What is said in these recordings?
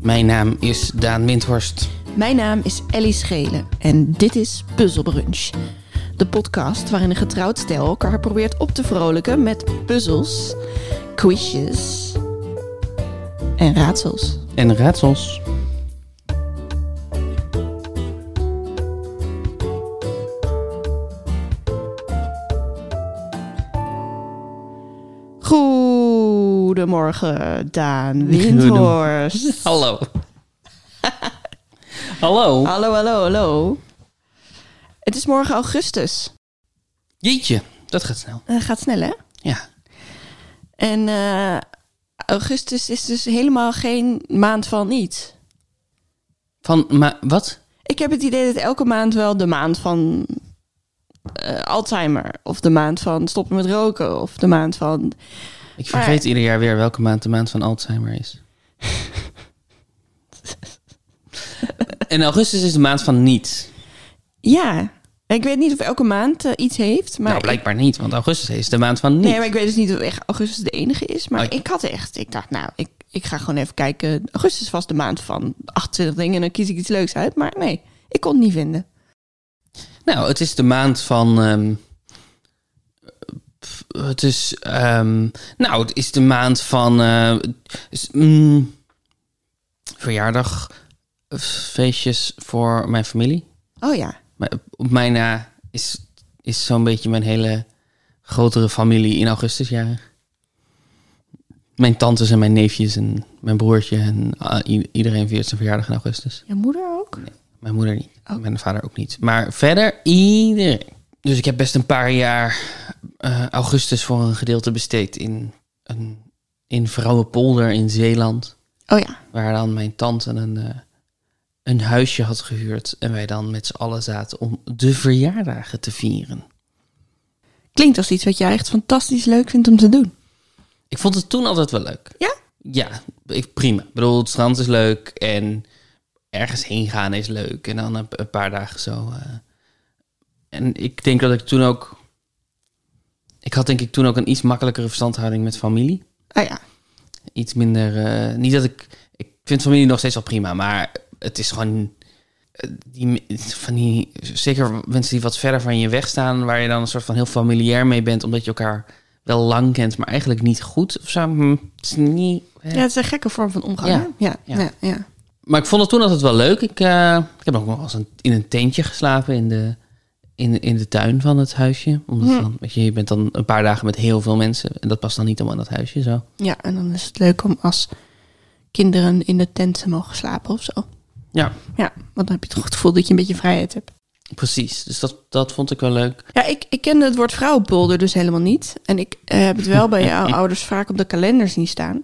Mijn naam is Daan Windhorst. Mijn naam is Ellie Schelen en dit is Puzzelbrunch. De podcast waarin een getrouwd stel elkaar probeert op te vrolijken met puzzels, quizjes en raadsels. En raadsels. Goedemorgen, Daan Windhorst. Hallo. Hallo. Hallo, hallo, hallo. Het is morgen augustus. Jeetje, dat gaat snel. Het gaat snel, hè? Ja. En eh, augustus is dus helemaal geen maand van niets. Van, maar wat? Ik heb het idee dat elke maand wel de maand van eh, Alzheimer... of de maand van stoppen met roken... of de maand van... Ik vergeet ieder jaar weer welke maand de maand van Alzheimer is. en augustus is de maand van niets. Ja, ik weet niet of elke maand eh, iets heeft. Maar nou, ik- blijkbaar niet, want augustus is de maand van niets. Nee, maar ik weet dus niet of echt augustus de enige is. Maar Oh, ja. ik had echt, ik dacht, nou, ik, ik ga gewoon even kijken. Augustus was de maand van 28 dingen en dan kies ik iets leuks uit. Maar nee, ik kon het niet vinden. Nou, het is de maand van. ehm, pff, het is. ehm, nou, het is de maand van. eh, is, mm, verjaardag. eh, Feestjes voor mijn familie. Oh ja, Maar Op mijn na is, is zo'n beetje mijn hele grotere familie in augustus jarig. Mijn tantes en mijn neefjes en mijn broertje en ah, i- iedereen viert zijn verjaardag in augustus. je moeder ook? Mijn moeder niet. Oh. Mijn vader ook niet. Maar verder iedereen. Dus ik heb best een paar jaar eh, augustus voor een gedeelte besteed in, een, in Vrouwenpolder in Zeeland. Oh ja, Waar dan mijn tante een, eh, een huisje had gehuurd. En wij dan met z'n allen zaten om de verjaardagen te vieren. klinkt als iets wat jij echt fantastisch leuk vindt om te doen. Ik vond het toen altijd wel leuk. Ja? Ja, ik, prima. Ik bedoel, het strand is leuk en ergens heen gaan is leuk. En dan een, een paar dagen zo. eh. En ik denk dat ik toen ook... Ik had denk ik toen ook een iets makkelijkere verstandhouding met familie. Oh ja, Iets minder... eh, niet dat ik... Ik vind familie nog steeds wel prima, maar het is gewoon... eh, Die, me- van die, zeker mensen die wat verder van je weg staan, waar je dan een soort van heel familiair mee bent, omdat je elkaar wel lang kent, maar eigenlijk niet goed of zo. Hm, het is niet, eh. ja het is een gekke vorm van omgang. Ja. hè? Ja, ja, Ja. ja. Maar ik vond het toen altijd wel leuk. Ik, eh, ik heb ook nog wel eens een, in een tentje geslapen in de, in, in de tuin van het huisje. Omdat Hm. dan, weet je, je bent dan een paar dagen met heel veel mensen. En dat past dan niet allemaal in dat huisje zo. Ja, en dan is het leuk om als kinderen in de tent te mogen slapen of zo. Ja, Ja, want dan heb je toch het gevoel dat je een beetje vrijheid hebt. precies. Dus dat, dat vond ik wel leuk. Ja, ik, ik kende het woord vrouwenpolder dus helemaal niet. En ik eh, heb het wel bij jouw ouders vaak op de kalender zien staan.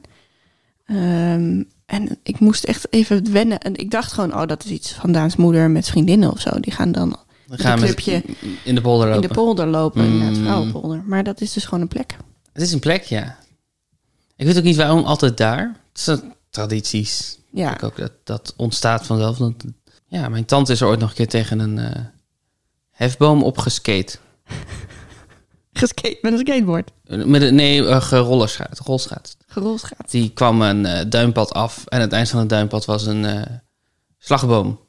Ehm, en ik moest echt even wennen. En ik dacht gewoon, oh, dat is iets van Daans moeder met vriendinnen of zo. Die gaan dan Dan Met gaan een we clubje in de polder in lopen. de polder lopen, Mm. inderdaad, vrouwenpolder. Maar dat is dus gewoon een plek. het is een plek, ja. Ik weet ook niet waarom altijd daar. Het zijn tradities. Ja. Ik ook dat, dat ontstaat vanzelf. Dat, ja, mijn tante is er ooit nog een keer tegen een eh, hefboom opgeskate. Geskate met een skateboard. Met een, nee, eh, gerollerschaat, rolschaat. Gerold gaat. Die kwam een eh, duimpad af en aan het eind van het duimpad was een eh, slagboom.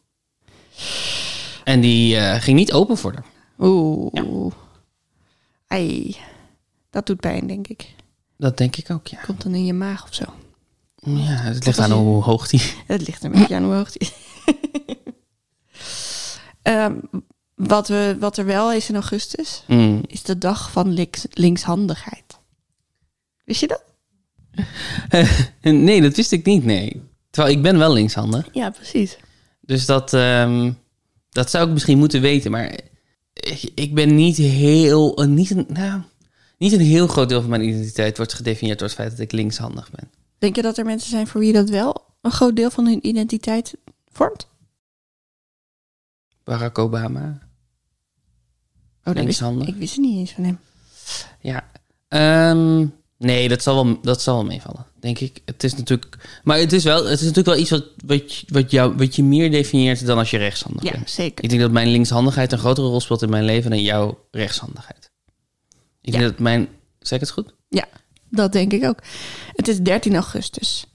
En die eh, ging niet open voor haar. Oeh. Ai. Dat doet pijn, denk ik. Dat denk ik ook, ja. Komt dan in je maag of zo. Ja, het ligt aan hoe hoog die... Het ligt er een beetje aan hoe hoog het is. Ehm, wat, we, wat er wel is in augustus, Mm. is de dag van links- linkshandigheid. Wist je dat? Nee, dat wist ik niet, nee. Terwijl ik ben wel linkshandig. Ja, precies. Dus dat, ehm, dat zou ik misschien moeten weten. Maar ik, ik ben niet heel... Niet een, nou, niet een heel groot deel van mijn identiteit wordt gedefinieerd door het feit dat ik linkshandig ben. Denk je dat er mensen zijn voor wie dat wel een groot deel van hun identiteit vormt? Barack Obama, Oh, dat wist, linkshandig. ik wist het niet eens van hem. Ja. Ehm, nee, dat zal, wel, dat zal wel meevallen, denk ik. Het is natuurlijk. Maar het is, wel, het is natuurlijk wel iets wat, wat, je- wat, jou, wat je meer definieert dan als je rechtshandig Ja, bent. zeker. Ik denk dat mijn linkshandigheid een grotere rol speelt in mijn leven dan jouw rechtshandigheid. Ik Ja. denk dat mijn. Zeg ik het goed? Dat denk ik ook. Het is 13 augustus.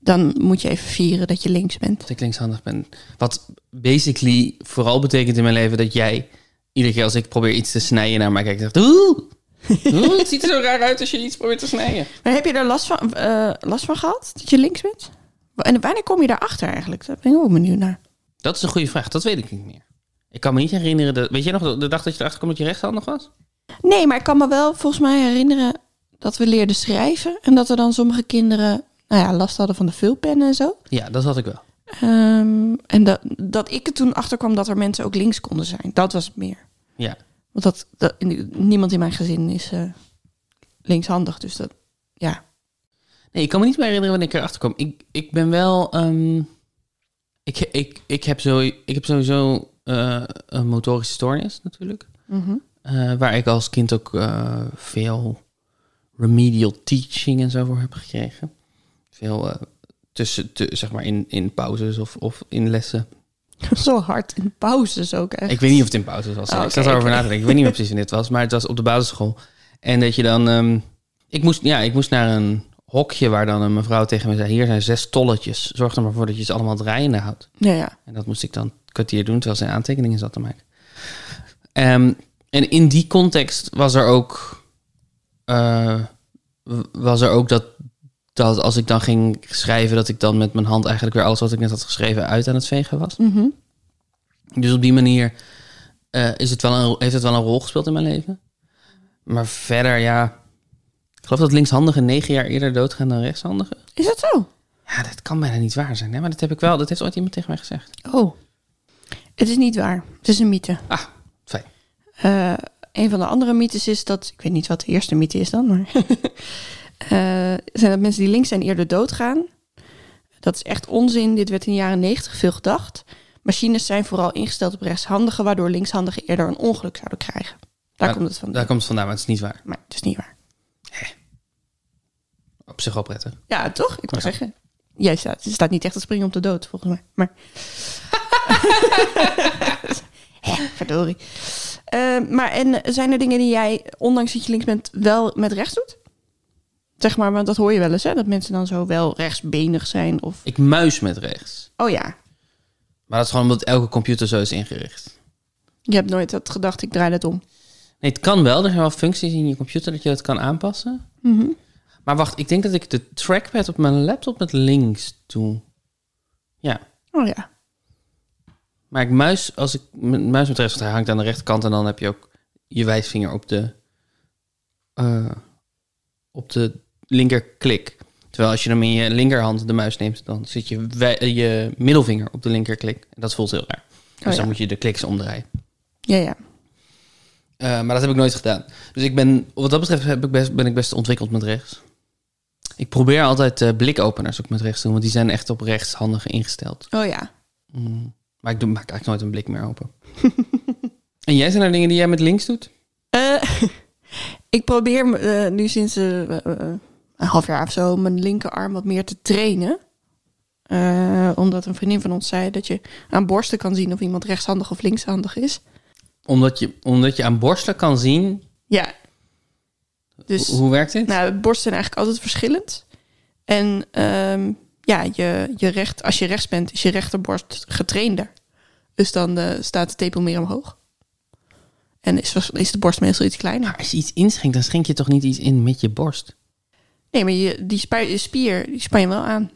dan moet je even vieren dat je links bent. Dat ik linkshandig ben. Wat basically vooral betekent in mijn leven dat jij... Iedere keer als ik probeer iets te snijden naar mij kijkt... Zegt, oeh, oeh, het ziet er zo raar uit als je iets probeert te snijden. Maar heb je er last van, eh, last van gehad dat je links bent? En wanneer kom je daarachter eigenlijk? Daar ben ik ook benieuwd naar. Dat is een goede vraag. Dat weet ik niet meer. Ik kan me niet herinneren. Dat, weet jij nog de, de dag dat je erachter kwam dat je rechtshandig was? Nee, maar ik kan me wel volgens mij herinneren dat we leerden schrijven. En dat er dan sommige kinderen nou ja, last hadden van de vulpen en zo. Ja, dat had ik wel. Ehm, en dat, dat ik er toen achter kwam dat er mensen ook links konden zijn. Dat was het meer. Ja. Want dat, dat, niemand in mijn gezin is eh, linkshandig. Dus dat, ja. Nee, ik kan me niet meer herinneren wanneer ik erachter kwam. Ik, ik ben wel. ehm, ik, ik, ik, heb zo, ik heb sowieso eh, een motorische stoornis natuurlijk. Eh, waar ik als kind ook eh, veel remedial teaching en zo voor heb gekregen. Veel eh, tussen, te- zeg maar in, in pauzes of, of in lessen. Zo hard in pauzes ook echt. Ik weet niet of het in pauze was. Oh, ik zat oké, erover oké. na te denken. Ik weet niet meer precies wanneer het was, maar het was op de basisschool. En dat je dan... ehm, ik, moest, ja, ik moest naar een hokje waar dan een mevrouw tegen me zei... Hier zijn zes tolletjes. Zorg er maar voor dat je ze allemaal draaiende houdt. Ja, ja. En dat moest ik dan een kwartier doen, terwijl zij aantekeningen zat te maken. Ehm, en in die context was er ook... eh, w- was er ook dat, dat als ik dan ging schrijven... dat ik dan met mijn hand eigenlijk weer alles wat ik net had geschreven... uit aan het vegen was. Mhm. Dus op die manier eh, is het wel een, heeft het wel een rol gespeeld in mijn leven. Maar verder, ja. Ik geloof dat linkshandigen negen jaar eerder doodgaan dan rechtshandigen. Is dat zo? Ja, dat kan bijna niet waar zijn. Hè? Maar dat heb ik wel. Dat heeft ooit iemand tegen mij gezegd. Oh. Het is niet waar. Het is een mythe. Ah, fijn. Eh, een van de andere mythes is dat... Ik weet niet wat de eerste mythe is dan, maar... eh, zijn dat mensen die links zijn eerder doodgaan. Dat is echt onzin. Dit werd in de jaren negentig veel gedacht. Machines zijn vooral ingesteld op rechtshandigen... waardoor linkshandigen eerder een ongeluk zouden krijgen. Daar Ja, komt het van. Daar komt het vandaan, maar het is niet waar. Maar het is niet waar. Op zich wel prettig. Ja, toch? Ik wil Ja. zeggen. Jij staat, je staat niet echt te springen op de dood, volgens mij. Maar... Hè, verdorie. Eh, maar en zijn er dingen die jij, ondanks dat je links bent, wel met rechts doet? Zeg maar, want dat hoor je wel eens, hè? Dat mensen dan zo wel rechtsbenig zijn of... Ik muis met rechts. Oh ja, Maar dat is gewoon omdat elke computer zo is ingericht. je hebt nooit dat gedacht, ik draai dat om. Nee, het kan wel. Er zijn wel functies in je computer dat je dat kan aanpassen. Mhm. Maar wacht, ik denk dat ik de trackpad op mijn laptop met links doe. Ja. Oh ja. Maar ik muis, als ik mijn muis met rechts, want hij hangt aan de rechterkant en dan heb je ook je wijsvinger op de, eh, op de linkerklik. Terwijl als je hem in je linkerhand de muis neemt, dan zit je, wij- eh, je middelvinger op de linkerklik. En dat voelt heel raar. Dus Oh, dan ja. moet je de kliks omdraaien. Ja, ja. Eh, maar dat heb ik nooit gedaan. Dus ik ben, wat dat betreft heb ik best, ben ik best ontwikkeld met rechts. Ik probeer altijd eh, blikopeners ook met rechts te doen, want die zijn echt op rechtshandig ingesteld. Oh ja. Mm. Maar ik doe, maak eigenlijk nooit een blik meer open. en jij zijn er dingen die jij met links doet? Eh, ik probeer me, eh, nu sinds eh, eh, een half jaar of zo mijn linkerarm wat meer te trainen. Eh, omdat een vriendin van ons zei dat je aan borsten kan zien of iemand rechtshandig of linkshandig is. Omdat je, omdat je aan borstelen kan zien. Ja. Dus Ho- hoe werkt dit? nou, borsten zijn eigenlijk altijd verschillend. En ehm, ja, je, je recht, als je rechts bent, is je rechterborst getrainder. Dus dan eh, staat de tepel meer omhoog. En is, is de borst meestal iets kleiner. Maar als je iets inschenkt, dan schenk je toch niet iets in met je borst? Nee, maar je, die spu- je spier, die span je wel aan.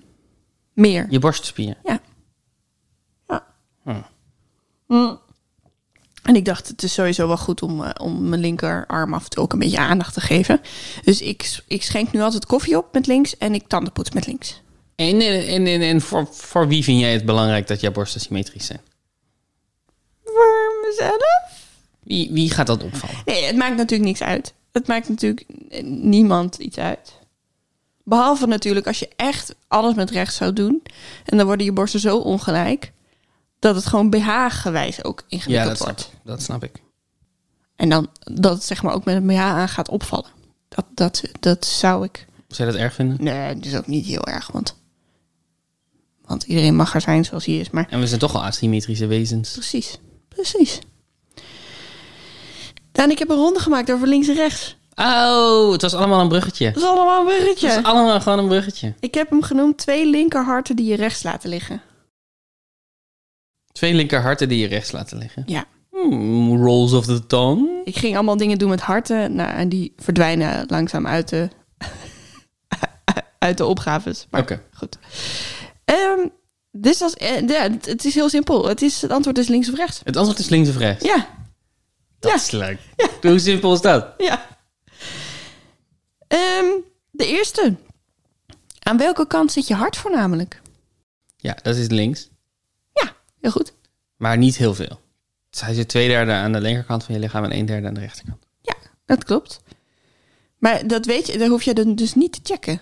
Meer. Je borstspier. Ja. Ja. Hm. Mm. En ik dacht, het is sowieso wel goed om, eh, om mijn linkerarm af en toe ook een beetje aandacht te geven. Dus ik, ik schenk nu altijd koffie op met links en ik tandenpoets met links. En, en, en, en, en voor, voor wie vind jij het belangrijk dat jouw borsten symmetrisch zijn? Voor mezelf? Wie, wie gaat dat opvallen? Nee, het maakt natuurlijk niks uit. Het maakt natuurlijk eh, niemand iets uit. Behalve natuurlijk als je echt alles met rechts zou doen. En dan worden je borsten zo ongelijk. Dat het gewoon BH-gewijs ook ingewikkeld Ja, dat snap, wordt. ik. dat snap ik. En dan dat het zeg maar ook met een BH aan gaat opvallen. Dat, dat, dat zou ik. Zou je dat erg vinden? Nee, dat is ook niet heel erg, want. Want iedereen mag er zijn zoals hij is, maar. En we zijn toch al asymmetrische wezens. Precies, precies. Daan, ik heb een ronde gemaakt over links en rechts. Oh, het was allemaal een bruggetje. Dat is allemaal een bruggetje. Het was allemaal gewoon een bruggetje. Ik heb hem genoemd twee linkerharten die je rechts laten liggen. Twee linkerharten die je rechts laten liggen. Ja. Hmm, rolls of the tongue. Ik ging allemaal dingen doen met harten. Nou, en die verdwijnen langzaam uit de, uit de opgaves. Maar Oké. goed. Ehm, dus als, eh, ja, het- het is heel simpel. Het, is, het antwoord is links of rechts. Het antwoord is links of rechts. Ja, Dat Ja. is leuk. Hoe simpel is dat? ja. Ehm, de eerste. Aan welke kant zit je hart voornamelijk? Ja, dat is links. Ja, heel goed. Maar niet heel veel. Dus hij zit twee derde aan de linkerkant van je lichaam en een derde aan de rechterkant. Ja, dat klopt. Maar dat weet je, daar hoef je dan dus niet te checken.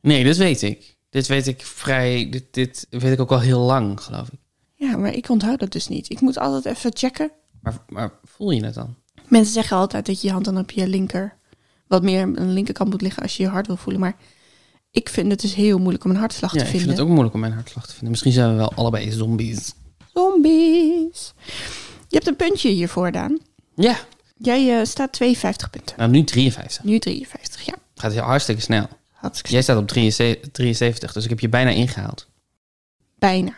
Nee, dit weet ik. Dit weet ik vrij... Dit, dit weet ik ook al heel lang, geloof ik. Ja, maar ik onthoud dat dus niet. Ik moet altijd even checken. Maar, maar voel je het dan? Mensen zeggen altijd dat je je hand dan op je linker... wat meer aan de linkerkant moet liggen als je je hart wil voelen. Maar ik vind het dus heel moeilijk om een hartslag Ja, te ik vind vinden. het ook moeilijk om mijn hartslag te vinden. Misschien zijn we wel allebei zombies. Zombies. Je hebt een puntje hiervoor, Daan. Ja. Jij eh, staat 52 punten. Nou, nu 53. Nu 53, ja. Gaat heel hartstikke snel. Hartstikke Jij staat op 73, 73, dus ik heb je bijna ingehaald. bijna.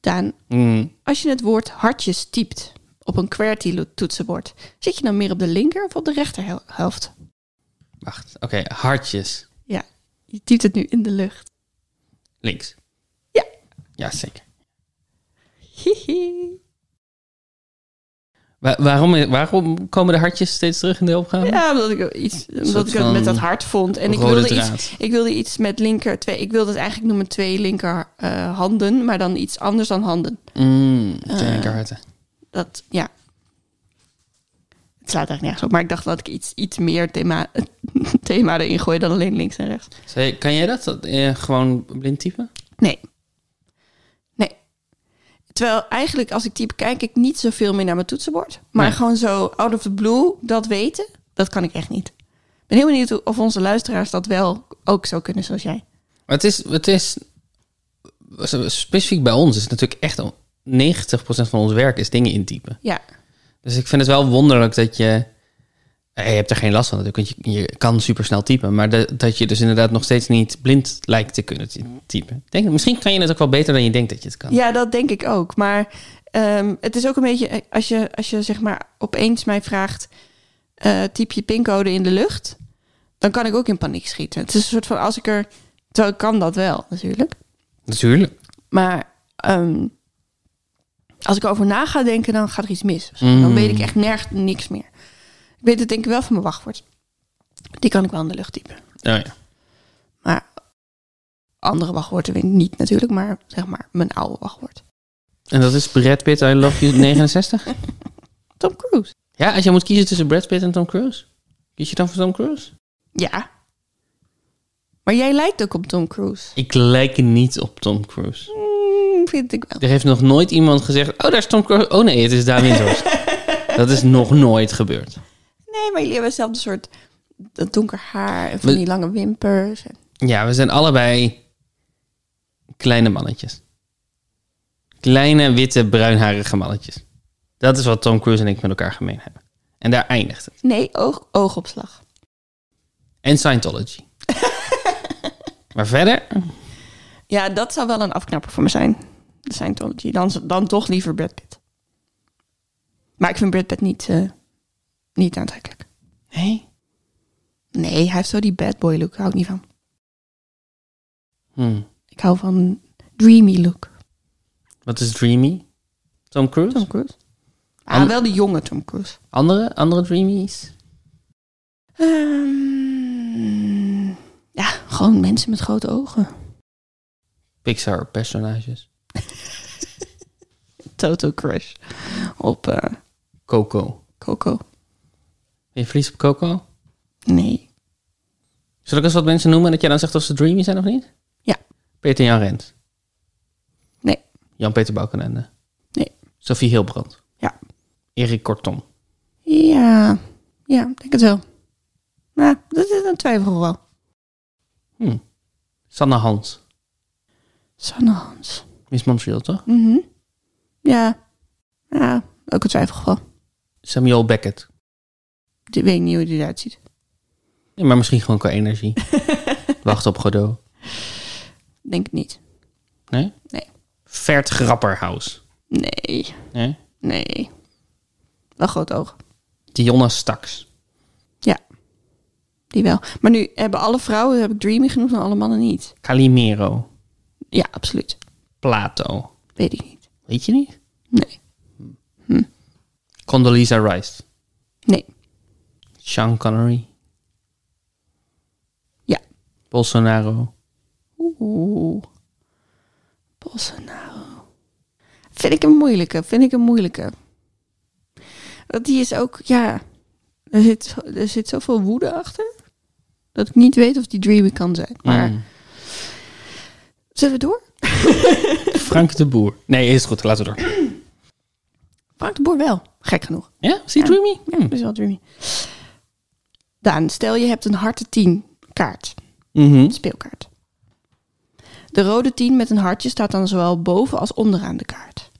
Daan, Mm. als je het woord hartjes typt op een QWERTY-toetsenbord... zit je dan meer op de linker of op de rechterhelft? Wacht. Oké, hartjes. Ja, je typt het nu in de lucht. Links. Ja. Ja, zeker. Hihi. Wa- waarom, waarom komen de hartjes steeds terug in de opgave? Ja, omdat ik, iets, omdat ik het Oh. van met dat hart vond. En ik rode wilde, draad. iets, ik wilde iets met linker... Twee, ik wilde het eigenlijk noemen twee linker eh, handen... maar dan iets anders dan handen. Mm, Ah. twee linkerharten. Dat, ja. Het slaat eigenlijk nergens op. Maar ik dacht dat ik iets, iets meer thema, thema erin gooi dan alleen links en rechts. Zou je- Kan jij dat? dat eh, gewoon blind typen? Nee. Nee. Terwijl eigenlijk als ik type kijk ik niet zoveel meer naar mijn toetsenbord. Maar Nee. gewoon zo out of the blue dat weten, dat kan ik echt niet. Ik ben heel benieuwd hoe- of onze luisteraars dat wel ook zo kunnen zoals jij. Maar het is, het is specifiek bij ons is het natuurlijk echt al 90% van ons werk is dingen intypen. Ja. Dus ik vind het wel wonderlijk dat je. eh, Je hebt er geen last van natuurlijk, want je, je kan supersnel typen. Maar dat- dat je dus inderdaad nog steeds niet blind lijkt te kunnen ty- typen. Ik Denk, misschien kan je het ook wel beter dan je denkt dat je het kan. Ja, dat denk ik ook. Maar ehm, het is ook een beetje, eh, als je, als je zeg maar opeens mij vraagt, eh, typ je pincode in de lucht, dan kan ik ook in paniek schieten. Het is een soort van, als ik er, terwijl ik kan dat wel natuurlijk. Natuurlijk. Maar ehm, als ik over na ga denken, dan gaat er iets mis. of zo. Mm. Dan weet ik echt nergens niks meer. Ik weet het denk ik wel van mijn wachtwoord. Die kan ik wel in de lucht typen. Oh ja. Maar andere wachtwoorden weet ik niet natuurlijk, maar zeg maar mijn oude wachtwoord. En dat is Brad Pitt, I love you 69? Tom Cruise. ja, als je moet kiezen tussen Brad Pitt en Tom Cruise. Kies je dan voor Tom Cruise? Ja. Maar jij lijkt ook op Tom Cruise. Ik lijk niet op Tom Cruise. Mm, vind ik wel. Er heeft nog nooit iemand gezegd... Oh, daar is Tom Cruise. Oh nee, het is Damien Zorst. dat is nog nooit gebeurd. Nee, maar jullie hebben hetzelfde soort dat donker haar en van We- die lange wimpers. en- Ja, we zijn allebei kleine mannetjes. Kleine, witte, bruinharige mannetjes. Dat is wat Tom Cruise en ik met elkaar gemeen hebben. En daar eindigt het. Nee, oog, oogopslag. En Scientology. maar verder, Ja, dat zou wel een afknapper voor me zijn. De Scientology. Dan, dan toch liever Brad Pitt. Maar ik vind Brad Pitt niet, eh, niet aantrekkelijk. nee. Nee, hij heeft zo die bad boy look. Daar hou ik niet van. Hmm. Ik hou van dreamy look. Wat is Dreamy? Tom Cruise? Tom Cruise. Ah, An- wel de jonge Tom Cruise. Andere, andere Dreamies? Ehm, ja, gewoon mensen met grote ogen. Pixar-personages? Toto Crush op eh, Coco. Coco. Ben je verliefd op Coco? Nee. Zal ik eens wat mensen noemen en dat jij dan zegt of ze Dreamy zijn of niet? Ja. Peter Jan Rent. Nee. Jan-Peter Balkenende. Nee. Sophie Hilbrand. Ja. Erik Kortom. Ja. Ja, denk het wel. Nou, dat is een twijfel wel. Hm. Sanne Hans. Sanne Hans. Miss Montreal, toch? Mhm. Ja. Ja, ook een twijfelgeval. Samuel Beckett. Ik weet niet hoe die eruit ziet. Ja, maar misschien gewoon qua energie. Wacht op Godot. Denk het niet. Nee? Nee. Vert Grapperhaus. Nee, Nee? nee. Wel groot oog. Dionna Staks. Ja, die wel. Maar nu hebben alle vrouwen, heb ik Dreamy genoemd en alle mannen niet. Calimero. Ja, absoluut. Plato. Weet ik niet. Weet je niet? Hm. Nee. Condoleezza Rice. Nee. Sean Connery. Ja. Bolsonaro. Oeh. Bolsonaro. Vind ik een moeilijke, vind ik een moeilijke. Want die is ook, ja... Er zit, zo- er zit zoveel woede achter... dat ik niet weet of die Dreamy kan zijn. Maar Mm. zullen we door? Frank de Boer. Nee, is goed. Laten we door. Frank de Boer wel, gek genoeg. Ja? See Ja. Dreamy? Ja, dat is wel Dreamy. Daan, stel je hebt een harte 10 kaart, Mhm. speelkaart. De rode 10 met een hartje staat dan zowel boven als onderaan de kaart.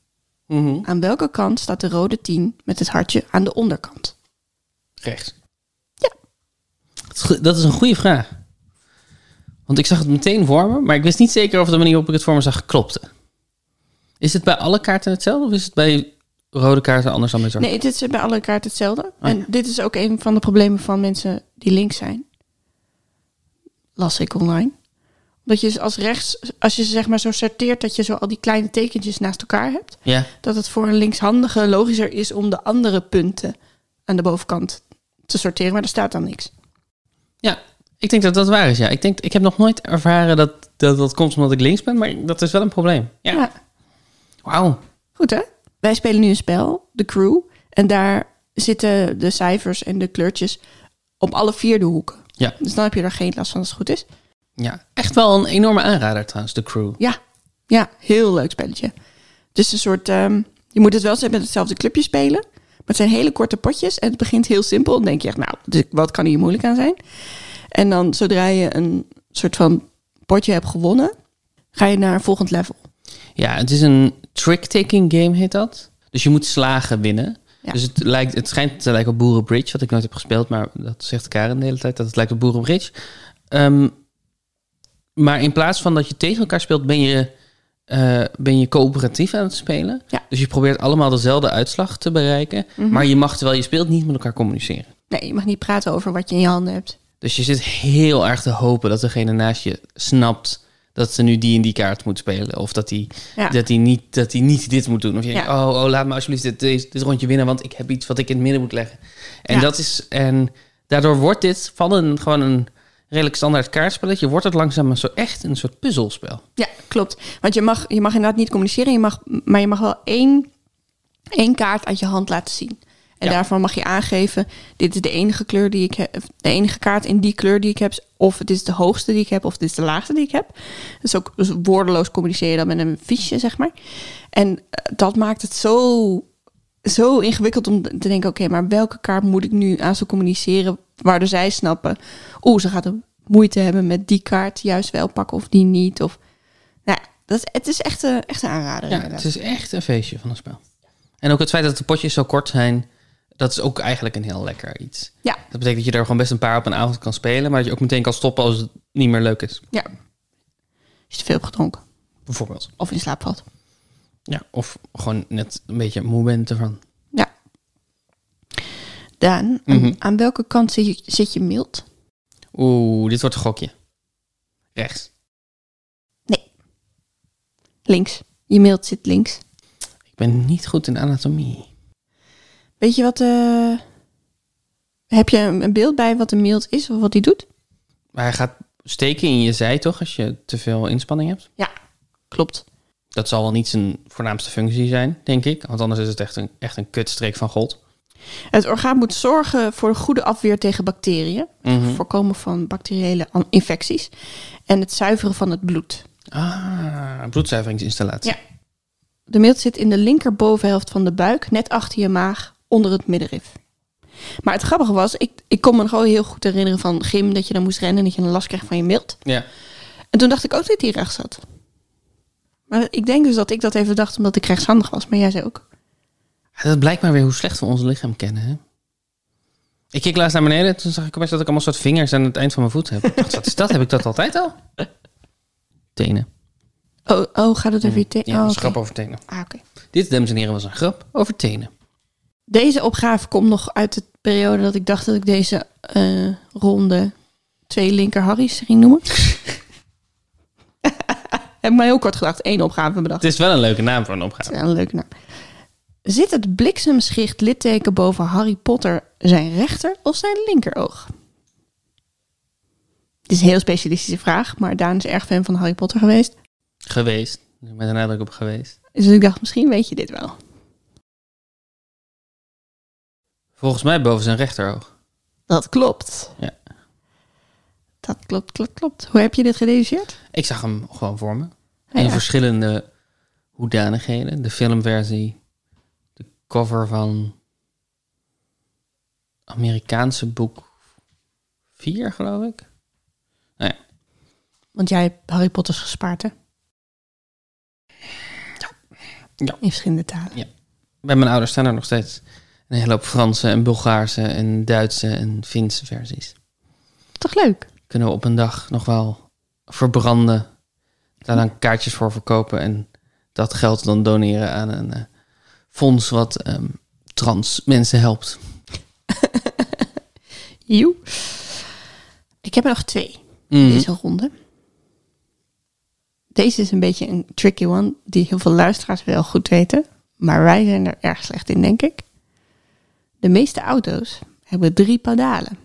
Mhm. Aan welke kant staat de rode 10 met het hartje aan de onderkant? Rechts. Ja. Dat is go- Dat is een goede vraag. Want ik zag het meteen voor me, maar ik wist niet zeker of de manier waarop ik het voor me zag klopte. Is het bij alle kaarten hetzelfde of is het bij rode kaarten anders dan bij zwarte? Nee, dit is bij alle kaarten hetzelfde. Ah, En dit is ook een van de problemen van mensen die links zijn. Las ik online. Dat je ze als rechts, als je ze zeg maar zo sorteert dat je zo al die kleine tekentjes naast elkaar hebt. Ja. dat het voor een linkshandige logischer is om de andere punten aan de bovenkant te sorteren, maar er staat dan niks. ja, ik denk dat dat waar is. Ja. Ik, denk, ik heb nog nooit ervaren dat, dat dat komt omdat ik links ben, maar dat is wel een probleem. Ja. Wauw. Goed hè? Wij spelen nu een spel, de crew, en daar zitten de cijfers en de kleurtjes op alle vier de hoeken. Ja. Dus dan heb je er geen last van als het goed is. ja. Echt wel een enorme aanrader trouwens, de crew. Ja, ja, heel leuk spelletje. Dus een soort, ehm, je moet het wel steeds met hetzelfde clubje spelen. Maar het zijn hele korte potjes en het begint heel simpel. Dan denk je echt, nou, dus wat kan hier moeilijk aan zijn? En dan zodra je een soort van potje hebt gewonnen, ga je naar een volgend level. Ja, het is een trick-taking game, heet dat. Dus je moet slagen winnen. Ja. Dus het, lijkt, het schijnt te lijken op Boerenbridge, wat ik nooit heb gespeeld, maar dat zegt Karen de hele tijd, dat het lijkt op Boerenbridge. Ehm, maar in plaats van dat je tegen elkaar speelt, ben je, eh, ben je coöperatief aan het spelen. Ja. Mhm. Dus je probeert allemaal dezelfde uitslag te bereiken, maar je mag terwijl je speelt niet met elkaar communiceren. Nee, je mag niet praten over wat je in je handen hebt. Dus je zit heel erg te hopen dat degene naast je snapt dat ze nu die en die kaart moet spelen. Of dat die Ja, dat hij niet, dat hij niet dit moet doen. Of je Ja. denkt, oh, oh, laat me alsjeblieft dit, dit, dit rondje winnen, want ik heb iets wat ik in het midden moet leggen. En Ja. dat is, en daardoor wordt dit van een gewoon een redelijk standaard kaartspelletje, wordt het langzaam een zo echt een soort puzzelspel. ja klopt. Want je mag, je mag inderdaad niet communiceren, je mag, maar je mag wel één, één kaart uit je hand laten zien. En Ja. daarvan mag je aangeven, dit is de enige kleur die ik heb, de enige kaart in die kleur die ik heb, of het is de hoogste die ik heb, of dit is de laagste die ik heb. Dus ook dus woordeloos communiceer je dan met een fiche, zeg maar. En eh, dat maakt het zo, zo ingewikkeld om te denken, oké, maar welke kaart moet ik nu aan ze communiceren, waardoor zij snappen, oeh, ze gaat een moeite hebben met die kaart juist wel pakken of die niet. Of, nou, ja, dat, is- het is echt, een- echt een aanrader. Ja, inderdaad. het is echt een feestje van een spel. En ook het feit dat de potjes zo kort zijn, dat is ook eigenlijk een heel lekker iets. ja, Dat betekent dat je er gewoon best een paar op een avond kan spelen, maar dat je ook meteen kan stoppen als het niet meer leuk is, ja. Als je te veel hebt gedronken. bijvoorbeeld. Of in slaap valt. Ja, of gewoon net een beetje moe bent ervan. Ja. Daan, aan- Mhm. aan, welke kant zit je, zit je mild? Oeh, dit wordt een gokje. Rechts. Links. Je mild zit links. Ik ben niet goed in anatomie. Weet je wat... eh, heb je een een beeld bij wat een mild is of wat die doet? Maar hij gaat steken in je zij, toch? Als je te veel inspanning hebt. Ja, klopt. Dat zal wel niet zijn voornaamste functie zijn, denk ik. Want anders is het echt een, echt een kutstreek van God. Het orgaan moet zorgen voor een goede afweer tegen bacteriën. Mhm. Voorkomen van bacteriële an- infecties. En het zuiveren van het bloed. Ah, bloedzuiveringsinstallatie. Ja. De mild zit in de linkerbovenhelft van de buik, net achter je maag, onder het middenrif. Maar het grappige was, ik, ik kon me gewoon heel goed herinneren van gym dat je dan moest rennen en dat je een last kreeg van je mild. Ja. En toen dacht ik ook dat hij rechts zat. Maar ik denk dus dat ik dat even dacht omdat ik rechtshandig was, maar jij zei ook. Dat blijkt maar weer hoe slecht we ons lichaam kennen, hè? Ik keek laatst naar beneden, toen zag ik opeens dat ik allemaal soort vingers aan het eind van mijn voet heb. Ik dacht, wat is dat? Heb ik dat altijd al? Tenen. Oh, oh gaat het over je tenen? Ja, oh, een oké. grap over tenen. Ah, oké. Dit, dames en heren, was een grap over tenen. Deze opgave komt nog uit de periode dat ik dacht dat ik deze eh, ronde twee linker Harry's ging noemen. Heb ik maar heel kort gedacht. één opgave bedacht. Het is wel een leuke naam voor een opgave. Ja, een leuke naam. eh, Zit het bliksemschicht litteken boven Harry Potter zijn rechter of zijn linkeroog? Het is een heel specialistische vraag, maar Daan is erg fan van Harry Potter geweest. Geweest. Met een nadruk op geweest. Dus ik dacht, misschien weet je dit wel. Volgens mij boven zijn rechteroog. Dat klopt. Ja. Dat klopt, klopt, klopt. Hoe heb je dit gededuceerd? Ik zag hem gewoon voor me. Ah, In ja. verschillende hoedanigheden. De filmversie, de cover van Amerikaanse boek 4, geloof ik. Want jij hebt Harry Potters gespaard, hè? Ja. In verschillende talen. Bij mijn ouders staan er nog steeds een hele hoop Franse en Bulgaarse en Duitse en Finse versies. Toch leuk? Kunnen we op een dag nog wel verbranden, daar dan kaartjes voor verkopen en dat geld dan doneren aan een eh, fonds wat ehm, trans mensen helpt. Joe. Ik heb er nog twee. Mhm. deze ronde. Deze is een beetje een tricky one, die heel veel luisteraars wel goed weten. Maar wij zijn er erg slecht in, denk ik. De meeste auto's hebben drie pedalen.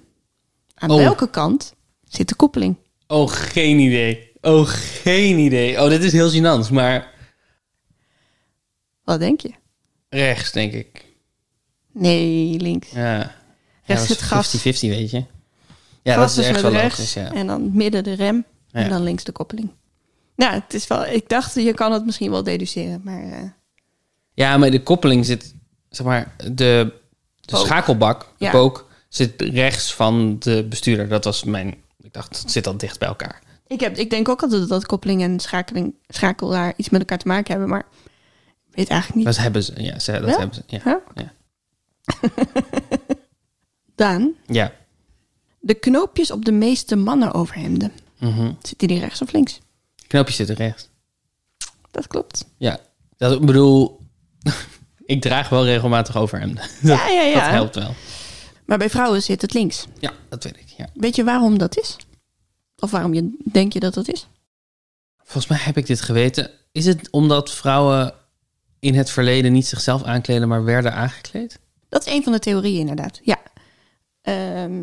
Aan Oh. welke kant zit de koppeling? Oh, geen idee. Oh, geen idee. Oh, dit is heel gênant, maar Wat denk je? rechts, denk ik. Nee, links. Ja. Rechts ja, zit gas. 50-50, weet je. Ja, Gas dat is echt met wel rechts logisch, ja. En dan midden de rem Ja. en dan links de koppeling. Nou, het is wel, ik dacht, je kan het misschien wel deduceren, maar eh, Ja, maar de koppeling zit, zeg maar, de, de Pook. schakelbak, de Ja. pook, zit rechts van de bestuurder. Dat was mijn, ik dacht, het zit al dicht bij elkaar. Ik, heb, ik denk ook altijd dat koppeling en schakeling, schakelaar iets met elkaar te maken hebben, maar ik weet eigenlijk niet. Dat hebben ze, ja, ze, dat Wel? hebben ze. Ja. Huh? Ja. Dan, ja. de knoopjes op de meeste mannenoverhemden. Mhm. Zitten die rechts of links? Knopje zit rechts. Dat klopt. Ja, dat ik bedoel, ik draag wel regelmatig overhemden. Ja, ja, ja. Dat helpt wel. Maar bij vrouwen zit het links. Ja, dat weet ik, ja. Weet je waarom dat is? Of waarom je, denk je dat dat is? Volgens mij heb ik dit geweten. Is het omdat vrouwen in het verleden niet zichzelf aankleden, maar werden aangekleed? Dat is een van de theorieën inderdaad, ja. Ehm,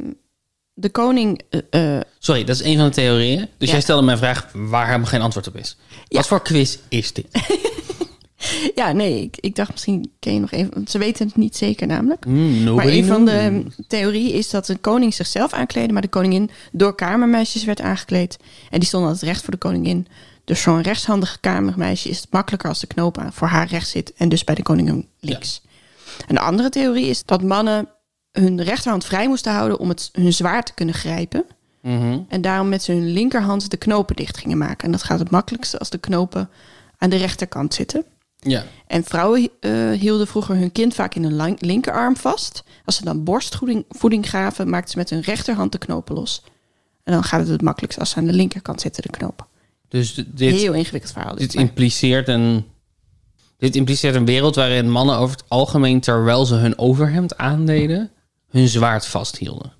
de koning... eh, eh, Sorry, dat is een van de theorieën. Dus Ja. jij stelde mij een vraag waar helemaal geen antwoord op is. Wat voor quiz is dit? ja, nee, ik, ik dacht misschien ken je nog even... Want ze weten het niet zeker namelijk. Mm, Maar nobody een van knows. de theorieën is dat de koning zichzelf aankleedde, maar de koningin door kamermeisjes werd aangekleed. En die stonden altijd recht voor de koningin. Dus voor een rechtshandige kamermeisje is het makkelijker als de knoop aan voor haar rechts zit en dus bij de koningin links. Een andere theorie is dat mannen hun rechterhand vrij moesten houden om het, hun zwaard te kunnen grijpen. Mhm. En daarom met ze hun linkerhand de knopen dicht gingen maken. En dat gaat het makkelijkste als de knopen aan de rechterkant zitten. Ja. En vrouwen eh, hielden vroeger hun kind vaak in hun lang- linkerarm vast. Als ze dan borstvoeding voeding gaven, maakten ze met hun rechterhand de knopen los. En dan gaat het het makkelijkst als ze aan de linkerkant zitten, de knopen. Dus d- dit, Heel ingewikkeld verhaal. Dit, dit maar. impliceert een... Dit impliceert een wereld waarin mannen over het algemeen, terwijl ze hun overhemd aandeden, hun zwaard vasthielden.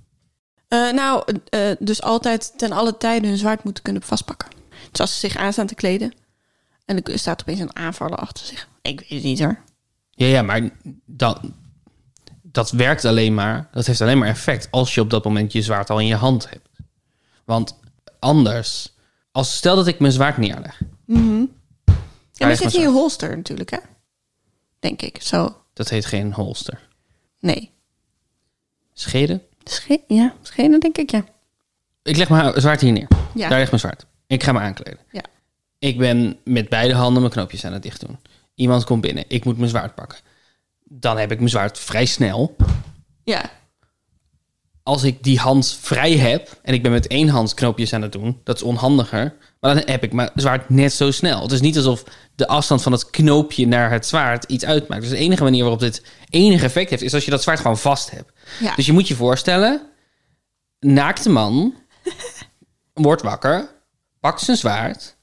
Eh, nou, eh, eh, dus altijd ten alle tijden hun zwaard moeten kunnen vastpakken. Dus als ze zich aan staan te kleden en er staat opeens een aanvaller achter zich. Ik weet het niet hoor. Ja, ja, maar dat, dat werkt alleen maar, dat heeft alleen maar effect als je op dat moment je zwaard al in je hand hebt. Want anders, als stel dat ik mijn zwaard neerleg, Ja, maar is het zit maar in je holster natuurlijk, hè? Denk ik. Zo, dat heet geen holster. nee. Schede? Sche ja, schenen denk ik, ja. Ik leg mijn zwaard hier neer. Ja. Daar ligt mijn zwaard. Ik ga me aankleden. Ja. Ik ben met beide handen mijn knoopjes aan het dicht doen. Iemand komt binnen, ik moet mijn zwaard pakken. Dan heb ik mijn zwaard vrij snel. Ja, als ik die hand vrij heb en ik ben met één hand knoopjes aan het doen, dat is onhandiger. Maar dan heb ik mijn zwaard net zo snel. Het is niet alsof de afstand van het knoopje naar het zwaard iets uitmaakt. Dus de enige manier waarop dit enig effect heeft, is als je dat zwaard gewoon vast hebt. Ja. Dus je moet je voorstellen, naakte man wordt wakker, pakt zijn zwaard,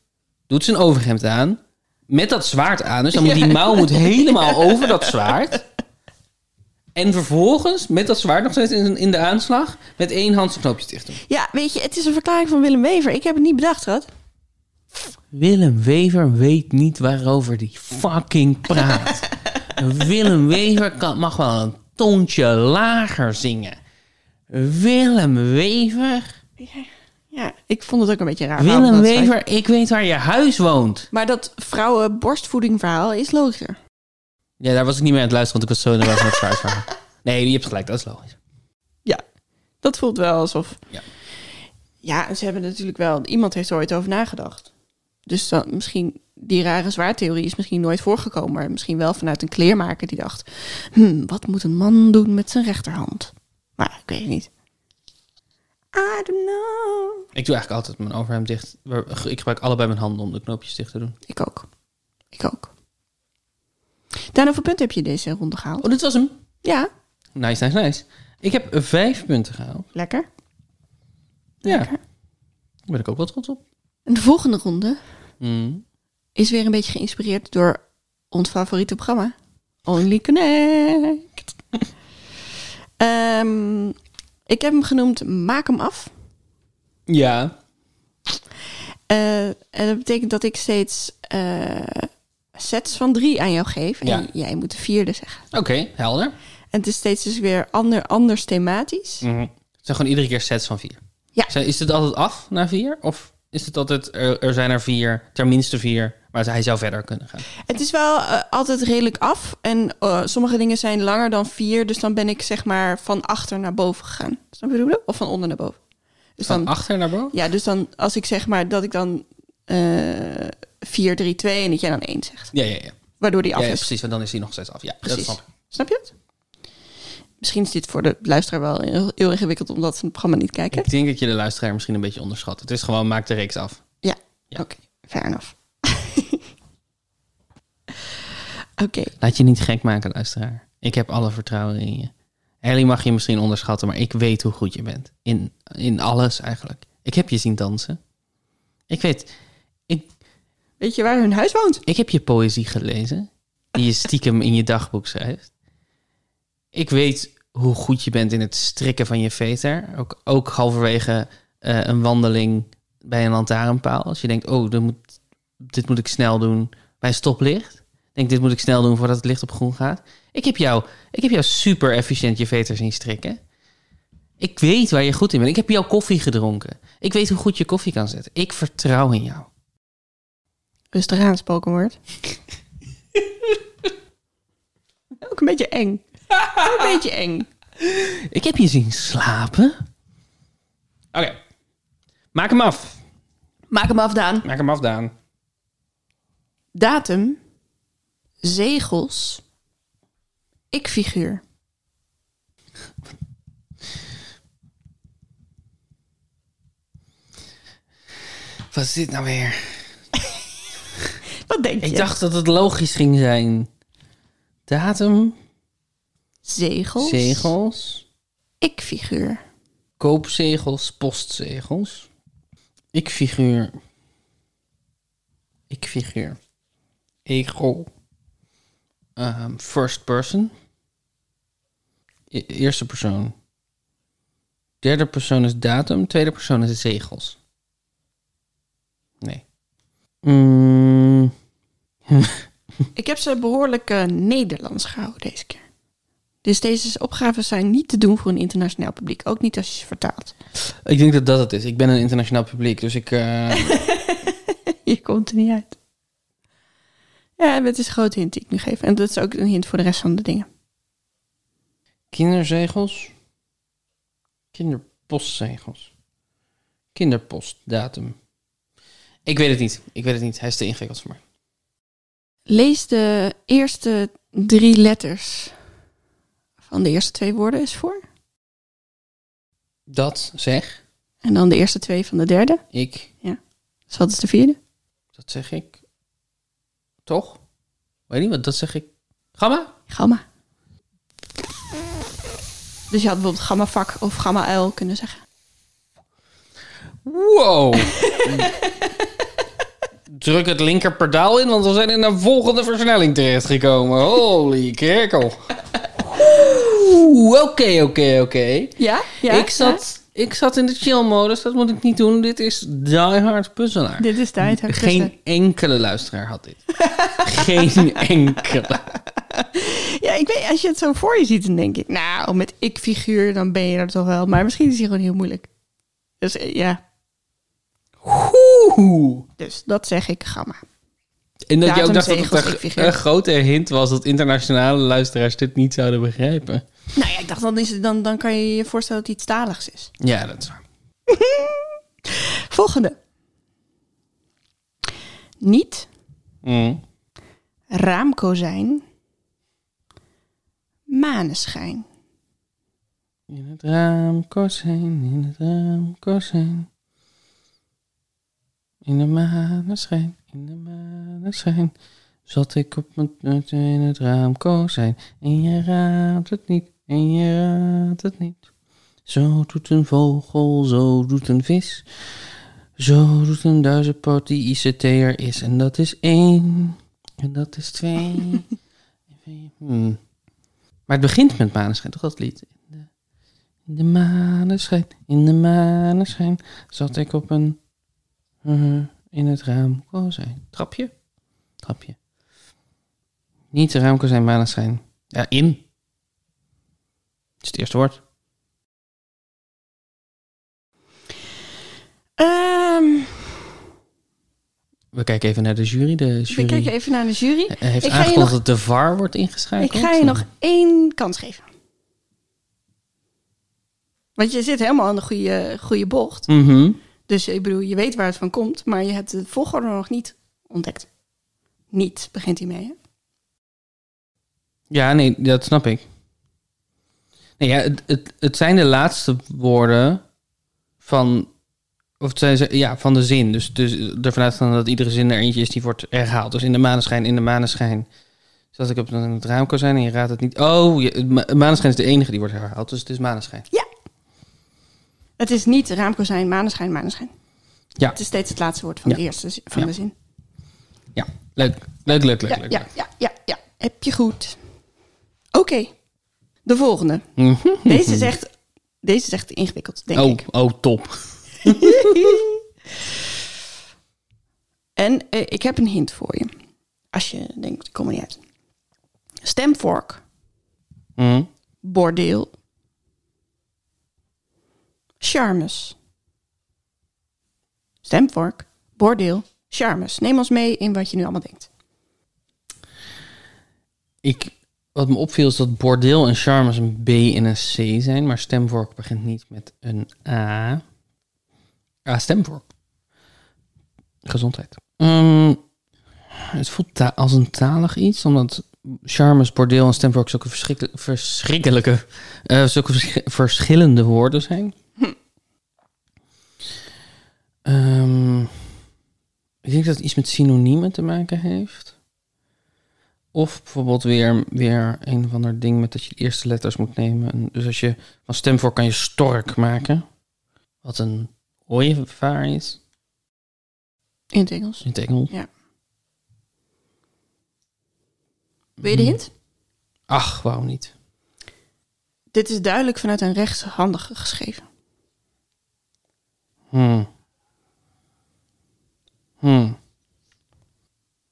doet zijn overhemd aan, met dat zwaard aan. Dus dan moet die mouw moet helemaal over dat zwaard. En vervolgens met dat zwaard nog steeds in, in de aanslag, met één hand zijn knoopjes dicht doen. Ja, weet je, het is een verklaring van Willem Wever. Ik heb het niet bedacht, Rad. Willem Wever weet niet waarover die fucking praat. Willem Wever kan, mag wel een toontje lager zingen. Willem Wever. Ja, ik vond het ook een beetje raar. Willem waarom dat wij- Wever, ik weet waar je huis woont. Maar dat vrouwen borstvoeding verhaal is logischer. Ja, daar was ik niet meer aan het luisteren, want ik was zo in de war van het zwaardverhaal. Nee, je hebt gelijk, dat is logisch. Ja, dat voelt wel alsof... Ja. Ja, en ze hebben natuurlijk wel... Iemand heeft er ooit over nagedacht. Dus dan misschien... Die rare zwaartheorie is misschien nooit voorgekomen. Maar misschien wel vanuit een kleermaker die dacht... Hm, wat moet een man doen met zijn rechterhand? Maar ik weet het niet. I don't know. Ik doe eigenlijk altijd mijn overhemd dicht. Ik gebruik allebei mijn handen om de knoopjes dicht te doen. Ik ook. Ik ook. Daan, hoeveel punten heb je deze ronde gehaald? Oh, dit was hem. Ja, Nice, nice, nice. Ik heb vijf punten gehaald. lekker. Ja, Lekker. daar ben ik ook wel trots op. En de volgende ronde Mm. is weer een beetje geïnspireerd door ons favoriete programma. Only Connect. Ehm, ik heb hem genoemd Maak hem af. Ja, Eh, en dat betekent dat ik steeds eh, sets van drie aan jou geef. En Ja. jij moet de vierde zeggen. oké, helder. En het is steeds dus weer ander, anders thematisch. Het zijn gewoon iedere keer sets van vier. Ja. Zijn- Is het altijd af na vier? Of is het altijd, er, er zijn er vier, tenminste vier, maar hij zou verder kunnen gaan? Het is wel eh, altijd redelijk af. En eh, sommige dingen zijn langer dan vier. Dus dan ben ik zeg maar van achter naar boven gegaan. Snap je wat ik bedoel? Of van onder naar boven. Dus Van dan, achter naar boven? ja, dus dan als ik zeg maar dat ik dan eh 4, 3, 2 en dat jij dan 1 zegt. Ja, ja, ja. Waardoor die af ja, ja, is. precies, want dan is hij nog steeds af. Ja, dat Precies. snap ik. Snap je het? Misschien is dit voor de luisteraar wel heel, heel ingewikkeld omdat ze het programma niet kijken. Ik denk dat je de luisteraar misschien een beetje onderschat. Het is gewoon, maak de reeks af. Ja, Ja. oké. Fair enough. oké. Laat je niet gek maken, luisteraar. Ik heb alle vertrouwen in je. Ellie mag je misschien onderschatten, maar ik weet hoe goed je bent. In, in alles eigenlijk. Ik heb je zien dansen. Ik weet, ik, Weet je waar hun huis woont? ik heb je poëzie gelezen. Die je stiekem in je dagboek schrijft. Ik weet hoe goed je bent in het strikken van je veter. Ook, ook halverwege eh, een wandeling bij een lantaarnpaal. Als je denkt, oh, dit moet, dit moet ik snel doen bij een stoplicht. Denk, dit moet ik snel doen voordat het licht op groen gaat. Ik heb jou, ik heb jou super efficiënt je veter zien strikken. Ik weet waar je goed in bent. Ik heb jouw koffie gedronken. Ik weet hoe goed je koffie kan zetten. Ik vertrouw in jou. Rustig aan, spokenwoord. Ook een beetje eng. Ook een beetje eng. Ik heb je zien slapen. Oké. Maak hem af. Maak hem af, Daan. Maak hem af, Daan. Datum. Zegels. Ik-figuur. Wat is dit nou weer? Wat denk je? Ik dacht dat het logisch ging zijn. Datum, Zegels. zegels, Ik-figuur. koopzegels, postzegels. Ik figuur. Ik figuur. Egel. Ehm, first person. E- eerste persoon. Derde persoon is datum. Tweede persoon is zegels. Nee. Mm, Ik heb ze behoorlijk eh, Nederlands gehouden deze keer. Dus deze opgaven zijn niet te doen voor een internationaal publiek. Ook niet als je ze vertaalt. ik denk dat dat het is. Ik ben een internationaal publiek, dus ik... eh, Je komt er niet uit. Ja, het is een grote hint die ik nu geef. En dat is ook een hint voor de rest van de dingen. Kinderzegels. Kinderpostzegels. Kinderpostdatum. Ik weet het niet. Ik weet het niet. Hij is te ingewikkeld voor mij. Lees de eerste drie letters van de eerste twee woorden eens voor. dat zeg En dan de eerste twee van de derde. ik, Dus wat is de vierde? dat zeg ik, toch? Weet niet, wat dat zeg ik. Gamma? Gamma. Dus je had bijvoorbeeld gamma vak of gamma L kunnen zeggen. Wow! Druk het linker pedaal in, want we zijn in een volgende versnelling terechtgekomen. Holy kerkel. Oeh, Oké, oké, oké. Ja? ja Ik zat- Ik zat in de chill-modus, dat moet ik niet doen. Dit is Die Hard Puzzelaar. Dit is tijd. Geen enkele luisteraar had dit. Geen enkele. Ja, ik weet, als je het zo voor je ziet, dan denk ik, nou, met ik-figuur, dan ben je er toch wel. Maar misschien is hij gewoon heel moeilijk. Dus eh, ja, Oeh. dus dat zeg ik gamma. En dat je ook dacht dat Datumzegels, het ik een, figuur. een grote hint was dat internationale luisteraars dit niet zouden begrijpen. Nou ja, ik dacht, dan, is het, dan, dan kan je je voorstellen dat hij iets taligs is. Ja, dat is waar. Volgende. Niet Mm. raamkozijn, maneschijn. In het raam, kozijn, in het raam, kozijn. In de maneschijn, in de maneschijn. Zat ik op mijn nut in het raam, kozijn. En je raadt het niet, en je raadt het niet. Zo doet een vogel, zo doet een vis. Zo doet een duizendpoot die ICT'er is. En dat is één, en dat is twee. Hmm. Maar het begint met maneschijn, toch dat lied? In de maneschijn, in de maneschijn zat ik op een. eh, in het raamkozijn. Trapje? Trapje. Niet de raamkozijn, maneschijn. Ja, in. Dat is het eerste woord. Ehm, We kijken even naar de jury. De we jury kijken even naar de jury. eh, heeft Ik ga je aangekondigd nog- dat de VAR wordt ingeschakeld. Ik ga je nog één kans geven. Want je zit helemaal aan de goede, goede bocht. Mhm. Dus ik bedoel, je weet waar het van komt, maar je hebt de volgorde nog niet ontdekt. Niet, begint hij mee. Hè? Ja, nee, dat snap ik. Nee, ja, het, het, het zijn de laatste woorden van, of het zijn ze, ja, van de zin. Dus, dus ervan uitgaan dat iedere zin er eentje is die wordt herhaald. Dus in de maneschijn, in de maneschijn. Zodat ik op het- in het raam kan zijn en je raadt het niet. Oh, je, het ma- maneschijn is de enige die wordt herhaald. Dus het is maneschijn. Het is niet raamkozijn, maneschijn, maneschijn. Ja. Het is steeds het laatste woord van Ja. de eerste zi- van Ja. de zin. Ja, leuk. Leuk, leuk, leuk, Ja, leuk. ja, ja, ja, ja. Heb je goed. Oké, de volgende. leuk. Mhm. Deze is echt, deze is echt ingewikkeld, denk ik. Oh, oh, top. En eh, ik heb een hint voor je. Als je denkt, ik kom er niet uit. Stemvork, Mhm. bordeel, charmes. Stemvork, bordeel, charmes. Neem ons mee in wat je nu allemaal denkt. Ik, wat me opviel is dat bordeel en charmes een B en een C zijn, maar stemvork begint niet met een A. Ah, stemvork. Gezondheid. Ehm, het voelt ta- als een talig iets, omdat charmes, bordeel en stemvork zulke verschrik- verschrikkelijke, eh, zulke versch- verschillende woorden zijn. Ehm, ik denk dat het iets met synoniemen te maken heeft. Of bijvoorbeeld weer, weer een of ander ding met dat je de eerste letters moet nemen. En dus als je van stem voor kan je stork maken. Wat een ooievaar is In het Engels. in het Engels. Wil je de hint? Hmm. Ach, waarom niet? Dit is duidelijk vanuit een rechtshandige geschreven. Hmm. Hmm.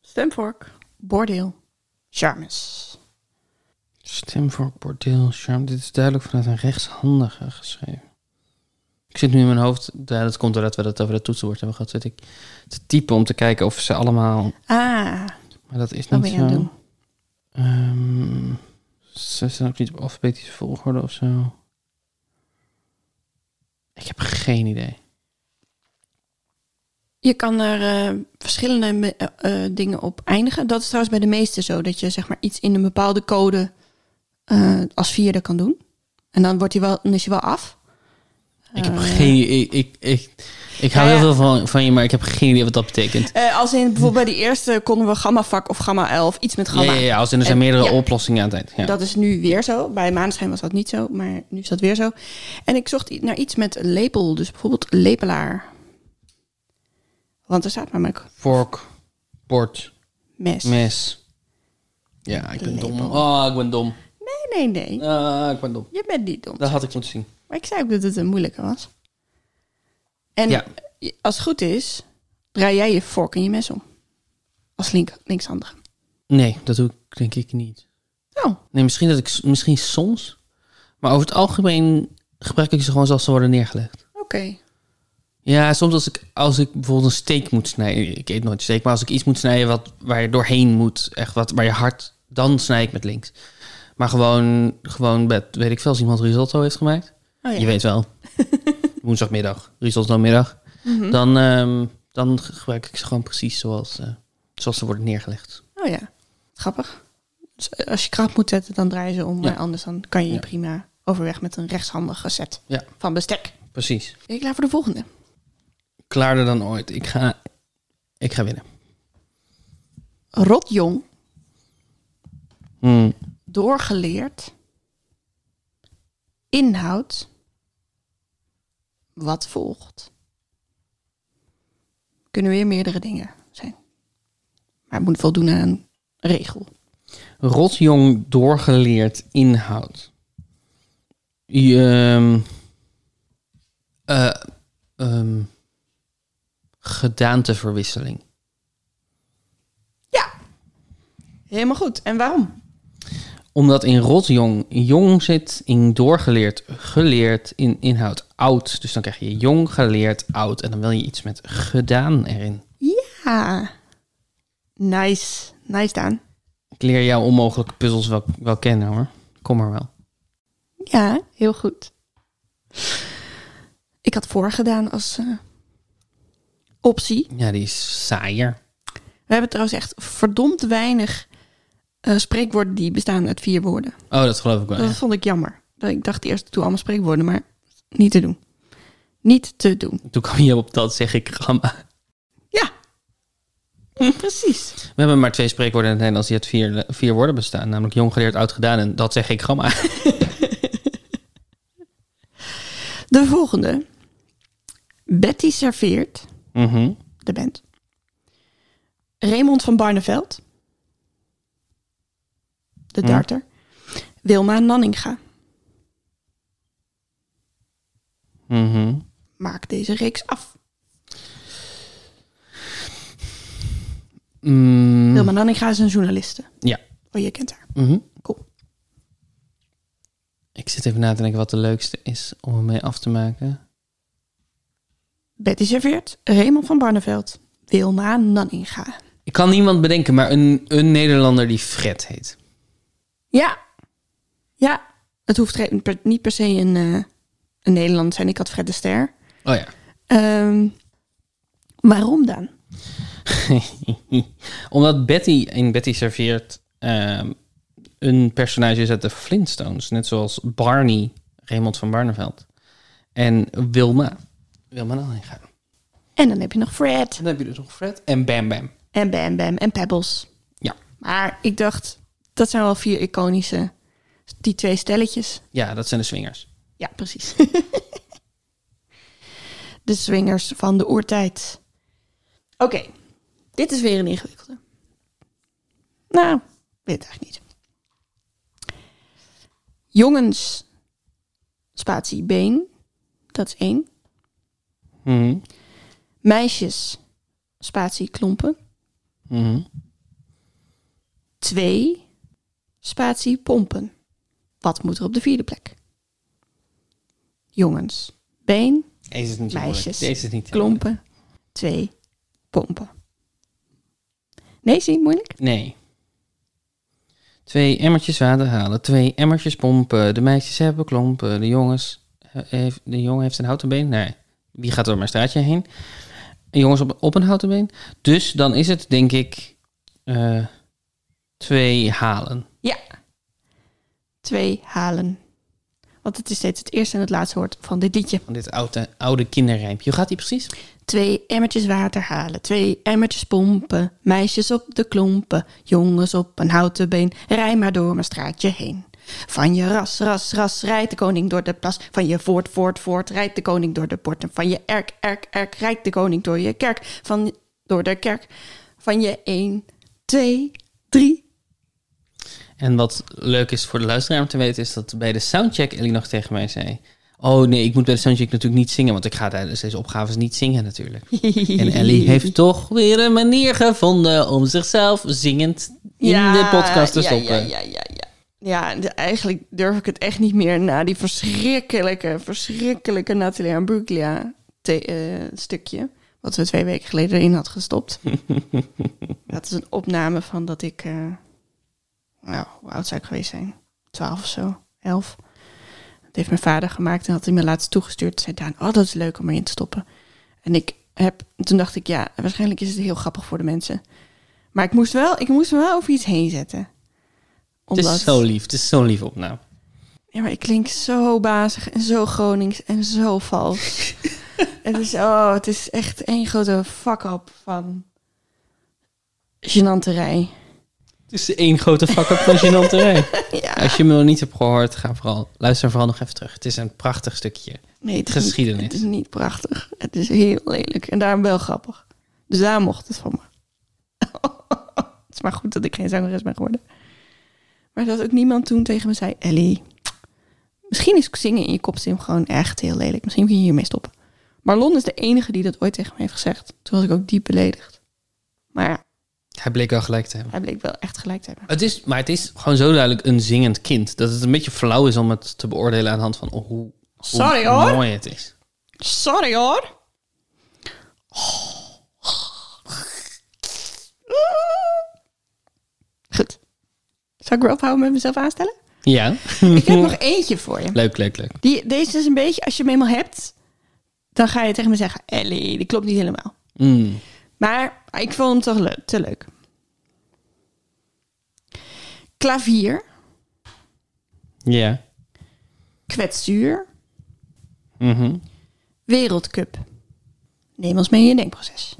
Stemvork, bordeel, charmes. Stemvork, bordeel, charme. Dit is duidelijk vanuit een rechtshandige geschreven. Ik zit nu in mijn hoofd, ja, dat komt doordat we dat over dat toetsenbord hebben gehad, zit ik te typen om te kijken of ze allemaal... Ah, Maar dat is niet wat ben je zo. aan het doen? Ehm, ze staan ook niet op alfabetische volgorde of zo. Ik heb geen idee. Je kan er eh, verschillende me- eh, eh, dingen op eindigen. Dat is trouwens bij de meeste zo, dat je zeg maar iets in een bepaalde code eh, als vierde kan doen. En dan, wordt hij wel, dan is hij wel af. Ik heb geen ik, ik, ik, ik hou Nou ja. heel veel van, van je, maar ik heb geen idee wat dat betekent. Eh, als in bijvoorbeeld bij die eerste konden we gamma vak of gamma 11, iets met Ja, gamma. ja, ja, als in er zijn En- meerdere ja. oplossingen aan het eind. Ja. Dat is nu weer zo. Bij maanschijn was dat niet zo, maar nu is dat weer zo. En ik zocht i- naar iets met een lepel, dus bijvoorbeeld lepelaar. Want er staat namelijk Vork, bord, mes. mes. Ja, ik ben Lepel. dom. Oh, ik ben dom. Nee, nee, nee. Ah, ik ben dom. Je bent niet dom. Dat had ik moeten zien. Maar ik zei ook dat het een moeilijke was. En Ja. je- als het goed is, draai jij je vork en je mes om. Als link, linkshandige. Nee, dat doe ik denk ik niet. Nou, Nee, misschien, dat ik, s- misschien soms. Maar over het algemeen gebruik ik ze gewoon zoals ze worden neergelegd. oké. Ja, soms als ik, als ik bijvoorbeeld een steak moet snijden. Ik eet nooit steak, maar als ik iets moet snijden wat, waar je doorheen moet. Echt wat, waar je hard... Dan snij ik met links. Maar gewoon, gewoon met, weet ik veel, als iemand risotto heeft gemaakt. Oh, ja. Je weet wel. Woensdagmiddag, risotto-middag. dan, ehm, dan ge- gebruik ik ze gewoon precies zoals, eh, zoals ze worden neergelegd. Oh ja, grappig. Dus eh, als je krap moet zetten, dan draai je ze om. Ja. Maar anders dan kan je je Ja. prima overweg met een rechtshandige set Ja. van bestek. Precies. Ben je klaar voor de volgende? Klaarder dan ooit. Ik ga, ik ga winnen. Rotjong, Hmm. doorgeleerd, inhoud, wat volgt. Kunnen weer meerdere dingen zijn. Maar het moet voldoen aan een regel. Rotjong doorgeleerd inhoud. Je, ehm, eh, ehm, gedaanteverwisseling. Ja, helemaal goed. En waarom? Omdat in rotjong jong zit, in doorgeleerd, geleerd, in inhoud oud. Dus dan krijg je jong, geleerd, oud. En dan wil je iets met gedaan erin. Ja, nice. Nice, Daan. Ik leer jou onmogelijke puzzels wel, wel kennen hoor. Kom maar wel. Ja, heel goed. Ik had voorgedaan als eh, optie. Ja, die is saaier. We hebben trouwens echt verdomd weinig eh, spreekwoorden die bestaan uit vier woorden. Oh, dat geloof ik wel. ja. Dat vond ik jammer. Dat Ik dacht eerst, ik doe allemaal spreekwoorden, maar niet te doen. Niet te doen. Toen kwam je op dat zeg ik gamma. Ja, precies. We hebben maar twee spreekwoorden in het Nederlands die uit vier, vier woorden bestaan. Namelijk jong, geleerd, oud, gedaan. En dat zeg ik gamma. De volgende. Betty serveert, Mhm. de band. Raymond van Barneveld. De Hm. darter. Wilma Nanninga. Mhm. Maak deze reeks af. Mm. Wilma Nanninga is een journaliste. Ja. Oh, je kent haar. Mhm. Cool. Ik zit even na te denken wat de leukste is om hem mee af te maken. Betty Serveert, Raymond van Barneveld, Wilma Nanninga. Ik kan niemand bedenken, maar een, een Nederlander die Fred heet. Ja. Ja. Het hoeft re- per- niet per se een, eh een Nederlander te zijn. Ik had Fred de Ster. Oh ja. Ehm, waarom dan? Omdat Betty in Betty serveert ehm, een personage is uit de Flintstones. Net zoals Barney, Raymond van Barneveld. En Wilma. Wilma Nanninga. En dan heb je nog Fred. Dan heb je dus nog Fred en Bam Bam. En Bam Bam en Pebbles. Ja. Maar ik dacht, dat zijn wel vier iconische, die twee stelletjes. Ja, dat zijn de swingers. Ja, precies. de swingers van de oertijd. Oké, dit is weer een ingewikkelde. Nou, weet het eigenlijk niet. Jongens, spatie been, dat is één. Mhm. Meisjes, spatie klompen, Mhm. twee, spatie pompen. Wat moet er op de vierde plek? Jongens, been, Deze is niet zo moeilijk. Meisjes. Deze is niet zo moeilijk. klompen, twee, pompen. Nee, zie je, moeilijk? Nee. Twee emmertjes water halen, twee emmertjes pompen. De meisjes hebben klompen, de jongens... he- Heeft, de jongen heeft een houten been. Nee, wie gaat door mijn straatje heen? De jongens op, op een houten been. Dus dan is het, denk ik, eh, twee halen. Ja. Twee halen. Want het is steeds het eerste en het laatste woord van dit liedje. Van dit oude, oude kinderrijmpje. Hoe gaat die precies? Twee emmertjes water halen, twee emmertjes pompen. Meisjes op de klompen, jongens op een houten been. Rij maar door mijn straatje heen. Van je ras, ras, ras, rijdt de koning door de plas. Van je voort, voort, voort, rijdt de koning door de porten. Van je erk, erk, erk, rijdt de koning door je kerk. Van, door de kerk. Van je één, twee, drie. En wat leuk is voor de luisteraar om te weten, is dat bij de soundcheck Ellie nog tegen mij zei... Oh nee, ik moet bij de soundcheck natuurlijk niet zingen, want ik ga tijdens deze opgaves niet zingen natuurlijk. En Ellie heeft toch weer een manier gevonden om zichzelf zingend in de podcast te ja, stoppen. Ja, ja, ja, ja. Ja, de- eigenlijk durf ik het echt niet meer na die verschrikkelijke, verschrikkelijke Natalia en Bruglia te- eh, stukje. Wat we twee weken geleden erin had gestopt. dat is een opname van dat ik, eh, nou, hoe oud zou ik geweest zijn? Twaalf of zo, elf. Dat heeft mijn vader gemaakt en had hij me laatst toegestuurd. Zei Daan, oh dat is leuk om erin te stoppen. En ik heb, toen dacht ik, ja, waarschijnlijk is het heel grappig voor de mensen. Maar ik moest wel, ik moest me wel over iets heen zetten. Het is zo lief, het is zo'n lief opname. Ja, maar ik klink zo bazig en zo Gronings en zo vals. het, is, oh, het is echt één grote fuck-up van gênanterij. Het is één grote fuck-up van Genanterij. Ja. Als je me nog niet hebt gehoord, ga vooral, luister vooral nog even terug. Het is een prachtig stukje. Nee, het is, niet- geschiedenis. het is niet prachtig. Het is heel lelijk en daarom wel grappig. Dus daar mocht het van me. het is maar goed dat ik geen zangeres ben geworden. Maar dat ook niemand toen tegen me zei... Ellie, misschien is zingen in je kopstem gewoon echt heel lelijk. Misschien kun je hiermee stoppen. Marlon is de enige die dat ooit tegen me heeft gezegd. Toen was ik ook diep beledigd. Maar ja, Hij bleek wel gelijk te hebben. hij bleek wel echt gelijk te hebben. Het is, maar het is gewoon zo duidelijk een zingend kind. Dat het een beetje flauw is om het te beoordelen aan de hand van oh, hoe, hoe Sorry, hoor. mooi het is. Sorry hoor. Goed. Zal ik weer ophouden met mezelf aanstellen? Ja, Ik heb nog eentje voor je. leuk, leuk, leuk. Die, deze is een beetje, als je hem eenmaal hebt, dan ga je tegen me zeggen: Ellie, die klopt niet helemaal. Mm. Maar ik vond hem toch leuk, te leuk. Klavier, Ja. kwetsuur, Mhm. wereldcup. Neem ons mee in je denkproces.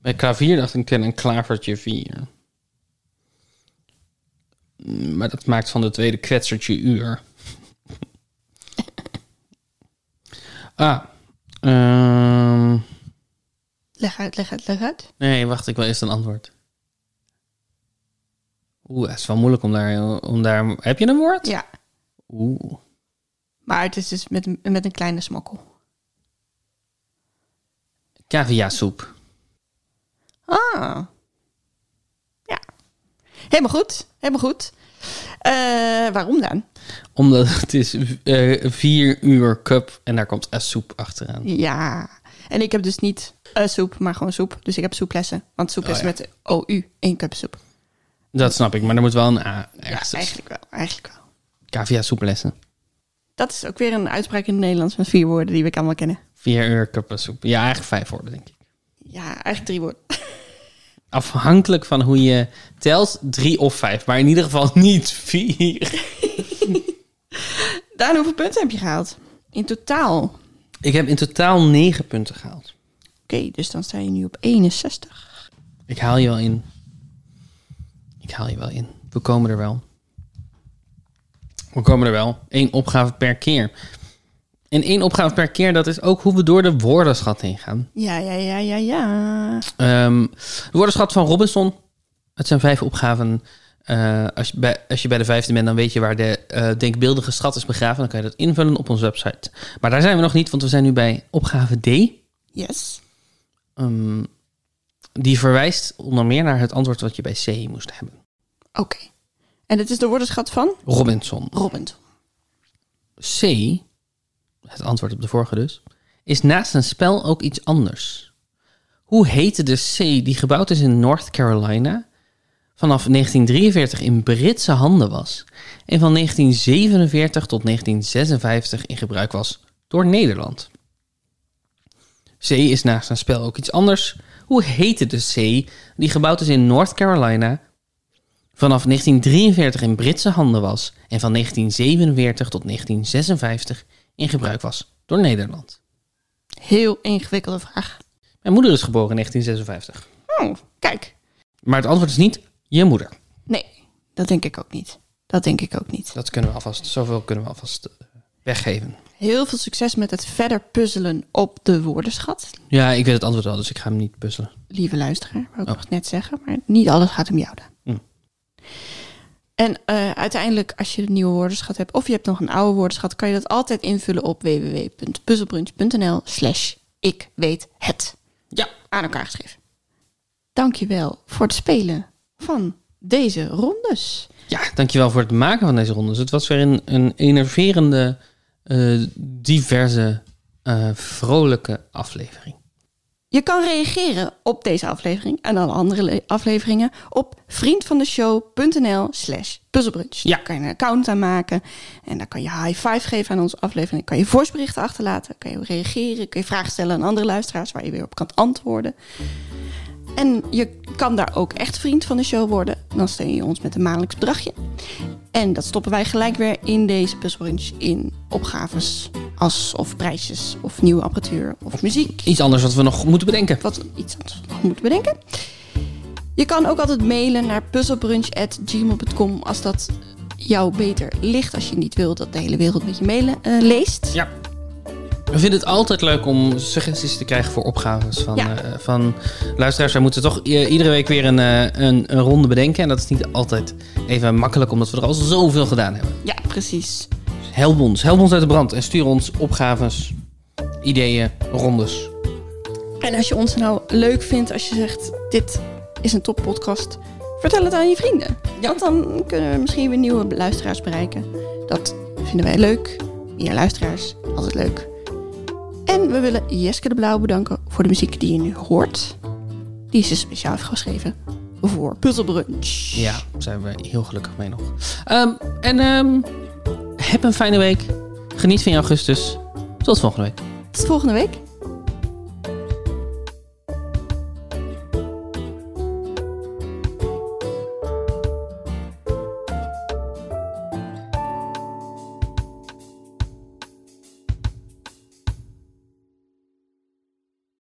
Bij klavier dacht ik ik ken een klavertje 4. Mm, Maar dat maakt van de tweede kwetsertje uur. ah. ehm, Leg uit, leg uit, leg uit. nee, wacht, ik wil eerst een antwoord. Oeh, het is wel moeilijk om daar, om daar... Heb je een woord? Ja, Oeh. Maar het is dus met, een- met een kleine smokkel. Caviasoep. Ah. Ja. Helemaal goed. Helemaal goed. Eh, waarom dan? Omdat het is eh, vier uur cup en daar komt soep achteraan. Ja. En ik heb dus niet eh, soep, maar gewoon soep. Dus ik heb soeplessen. Want soep Oh, is ja. met OU, één cup soep. Dat snap ik, maar er moet wel een A Ja, ergens. tussen. eigenlijk wel. Eigenlijk wel. Caviasoeplessen. Dat is ook weer een uitspraak in het Nederlands met vier woorden die we allemaal kennen. Vier uur cup soep. Ja, eigenlijk vijf woorden, denk ik. Ja, eigenlijk drie woorden. Afhankelijk van hoe je telt, drie of vijf. Maar in ieder geval niet vier. Daan, hoeveel punten heb je gehaald? In totaal. Oké, Ik heb in totaal negen punten gehaald. dus dan sta je nu op 61. Ik haal je wel in. Ik haal je wel in. We komen er wel. We komen er wel. Eén opgave per keer. En één opgave per keer, dat is ook hoe we door de woordenschat heen gaan. Ja, ja, ja, ja, ja. Ehm, de woordenschat van Robinson. Het zijn vijf opgaven. Eh, als, je bij, als je bij de vijfde bent, dan weet je waar de eh, denkbeeldige schat is begraven. Dan kan je dat invullen op onze website. Maar daar zijn we nog niet, want we zijn nu bij opgave D. Yes. Ehm, die verwijst onder meer naar het antwoord wat je bij C moest hebben. Oké. En dit is de woordenschat van Robinson. Robinson. C, het antwoord op de vorige dus, is naast een spel ook iets anders. Hoe heette de C die gebouwd is in North Carolina, vanaf 1943 in Britse handen was en van 1947 tot 1956 in gebruik was door Nederland? C is naast een spel ook iets anders. Hoe heette de C die gebouwd is in North Carolina, vanaf 1943 in Britse handen was en van 1947 tot 1956 in gebruik was door Nederland. Heel ingewikkelde vraag. Mijn moeder is geboren in 1956. Oh, kijk. Maar het antwoord is niet je moeder. Nee, dat denk ik ook niet. Dat denk ik ook niet. Dat kunnen we alvast, zoveel kunnen we alvast eh, weggeven. Heel veel succes met het verder puzzelen op de woordenschat. Ja, ik weet het antwoord al, dus ik ga hem niet puzzelen. Lieve luisteraar, wou ik Oh. nog net zeggen. Maar niet alles gaat om jou dan. Hm. En eh, uiteindelijk, als je een nieuwe woordenschat hebt... of je hebt nog een oude woordenschat... kan je dat altijd invullen op www.puzzelbrunch.nl slash ik weet het. Ja. Aan elkaar geschreven. Dankjewel voor het spelen van deze rondes. Ja, dankjewel voor het maken van deze rondes. Het was weer een, een enerverende, eh, diverse, eh, vrolijke aflevering. Je kan reageren op deze aflevering en alle andere le- afleveringen op vriendvandeshow.nl slash puzzelbrunch. Ja. Daar kan je een account aanmaken en daar kan je high five geven aan onze aflevering. Kan je voiceberichten achterlaten, kan je reageren, kun je vragen stellen aan andere luisteraars waar je weer op kan antwoorden. En je kan daar ook echt vriend van de show worden. Dan steun je ons met een maandelijks bedragje. En dat stoppen wij gelijk weer in deze puzzelbrunch in opgaves als of prijsjes of nieuwe apparatuur of muziek Iets anders wat we nog moeten bedenken. wat iets anders nog moeten bedenken. Je kan ook altijd mailen naar puzzelbrunch.gmail.com als dat jou beter ligt. Als je niet wil dat de hele wereld met je mailen eh, leest. Ja. We vinden het altijd leuk om suggesties te krijgen voor opgaves van, Ja. eh, van luisteraars. Wij moeten toch i- iedere week weer een, eh, een, een ronde bedenken. En dat is niet altijd even makkelijk, omdat we er al zoveel gedaan hebben. Ja, precies. Dus help ons, help ons uit de brand en stuur ons opgaves, ideeën, rondes. En als je ons nou leuk vindt, als je zegt dit is een toppodcast, vertel het aan je vrienden. Want dan kunnen we misschien weer nieuwe luisteraars bereiken. Dat vinden wij leuk. Meer luisteraars, altijd leuk. En we willen Jeske de Blauw bedanken voor de muziek die je nu hoort. Die is dus speciaal heeft geschreven voor Puzzlebrunch. Ja, daar zijn we heel gelukkig mee nog. Ehm, en ehm, heb een fijne week. Geniet van je augustus. Tot volgende week. Tot volgende week.